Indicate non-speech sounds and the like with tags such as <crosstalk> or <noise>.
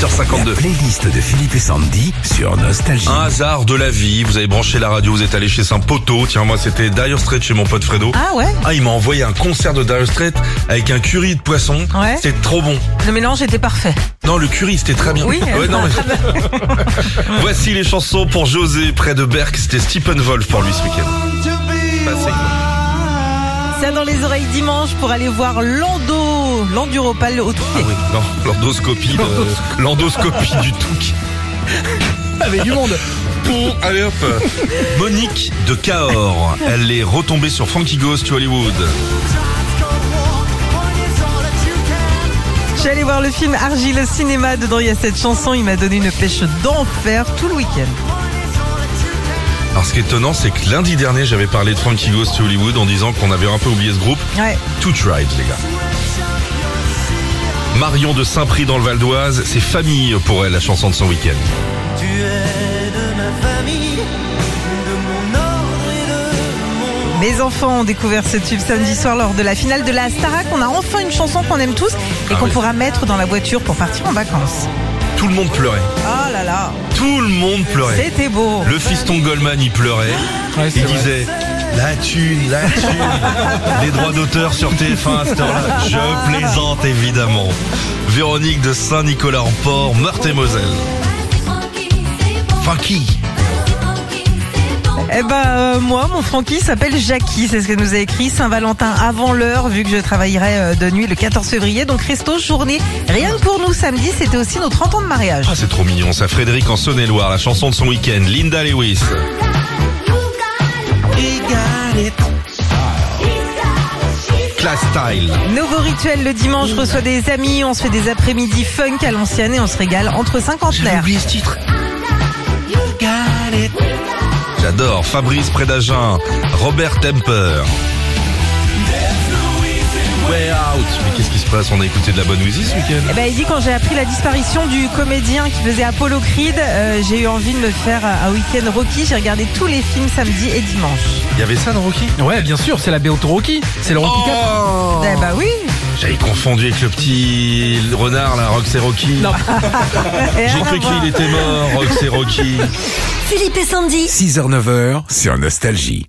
7h52. Playlist de Philippe et Sandy sur Nostalgie. Un hasard de la vie, vous avez branché la radio, vous êtes allé chez un poteau. Tiens, moi c'était Dire Straits chez mon pote Fredo. Ah ouais Ah, il m'a envoyé un concert de Dire Straits avec un curry de poisson. Ouais. C'est trop bon. Le mélange était parfait. Non, le curry, c'était très bien. Oui, <laughs> Ouais, euh, non, mais- <laughs> Voici les chansons pour José près de Berck. C'était Stephen Wolf pour lui ce week-end. Passez, quoi. Ça dans les oreilles dimanche pour aller voir l'endo, l'enduropal au Touquet. Oui, non, l'endoscopie, de- l'endoscopie du touc. Avec du monde. Bon, allez hop. Monique de Cahors. Elle est retombée sur Frankie Ghost to Hollywood. Je suis allée voir le film Argile au cinéma. Dedans, il y a cette chanson. Il m'a donné une pêche d'enfer tout le week-end. Alors ce qui est étonnant, c'est que lundi dernier, j'avais parlé de Frankie Ghost to Hollywood en disant qu'on avait un peu oublié ce groupe. Ouais. Two Tribes, les gars. Marion de Saint-Prix dans le Val d'Oise, c'est famille pour elle, la chanson de son week-end. Tu es de ma famille, de mon or et de mon Mes enfants ont découvert ce tube samedi soir lors de la finale de la Starac. On a enfin une chanson qu'on aime tous et Ah qu'on oui. pourra mettre dans la voiture pour partir en vacances. Tout le monde pleurait. Oh là là, Tout le monde pleurait. c'était beau. Le fiston Goldman, il pleurait. il disait La thune, la thune. Les droits d'auteur sur TF1 à cette heure-là. Je plaisante évidemment. Véronique de Saint-Nicolas-en-Port, Meurthe-et-Moselle. Frankie. Eh ben euh, moi, mon Francky s'appelle Jackie, c'est ce qu'elle nous a écrit Saint-Valentin avant l'heure, vu que je travaillerai euh, de nuit le 14 février. Donc resto journée, rien que pour nous samedi, c'était aussi nos 30 ans de mariage. Ah, c'est trop mignon ça. Frédéric en Saône-et-Loire, la chanson de son week-end, Linda Lewis. Class Style. Nouveau rituel le dimanche, je reçois des amis, on se fait des après-midi funk à l'ancienne et on se régale entre cinquantenaires. ce titre. J'adore. Fabrice Prédagin, Robert Temper. Way Out. Mais qu'est-ce qui se passe On a écouté de la bonne musique ce week-end Eh ben, il dit quand j'ai appris la disparition du comédien qui faisait Apollo Creed, euh, j'ai eu envie de me faire un week-end Rocky. J'ai regardé tous les films samedi et dimanche. Il y avait ça dans Rocky Ouais, bien sûr, c'est la BO de Rocky. C'est le Rocky 4. Oh Eh ben oui. J'avais confondu avec le petit renard là, Rox et Rocky. Non. Et J'ai rien cru à voir. <laughs> qu'il était mort, Rox et Rocky. Philippe et Sandy. 6h, 9h sur Nostalgie.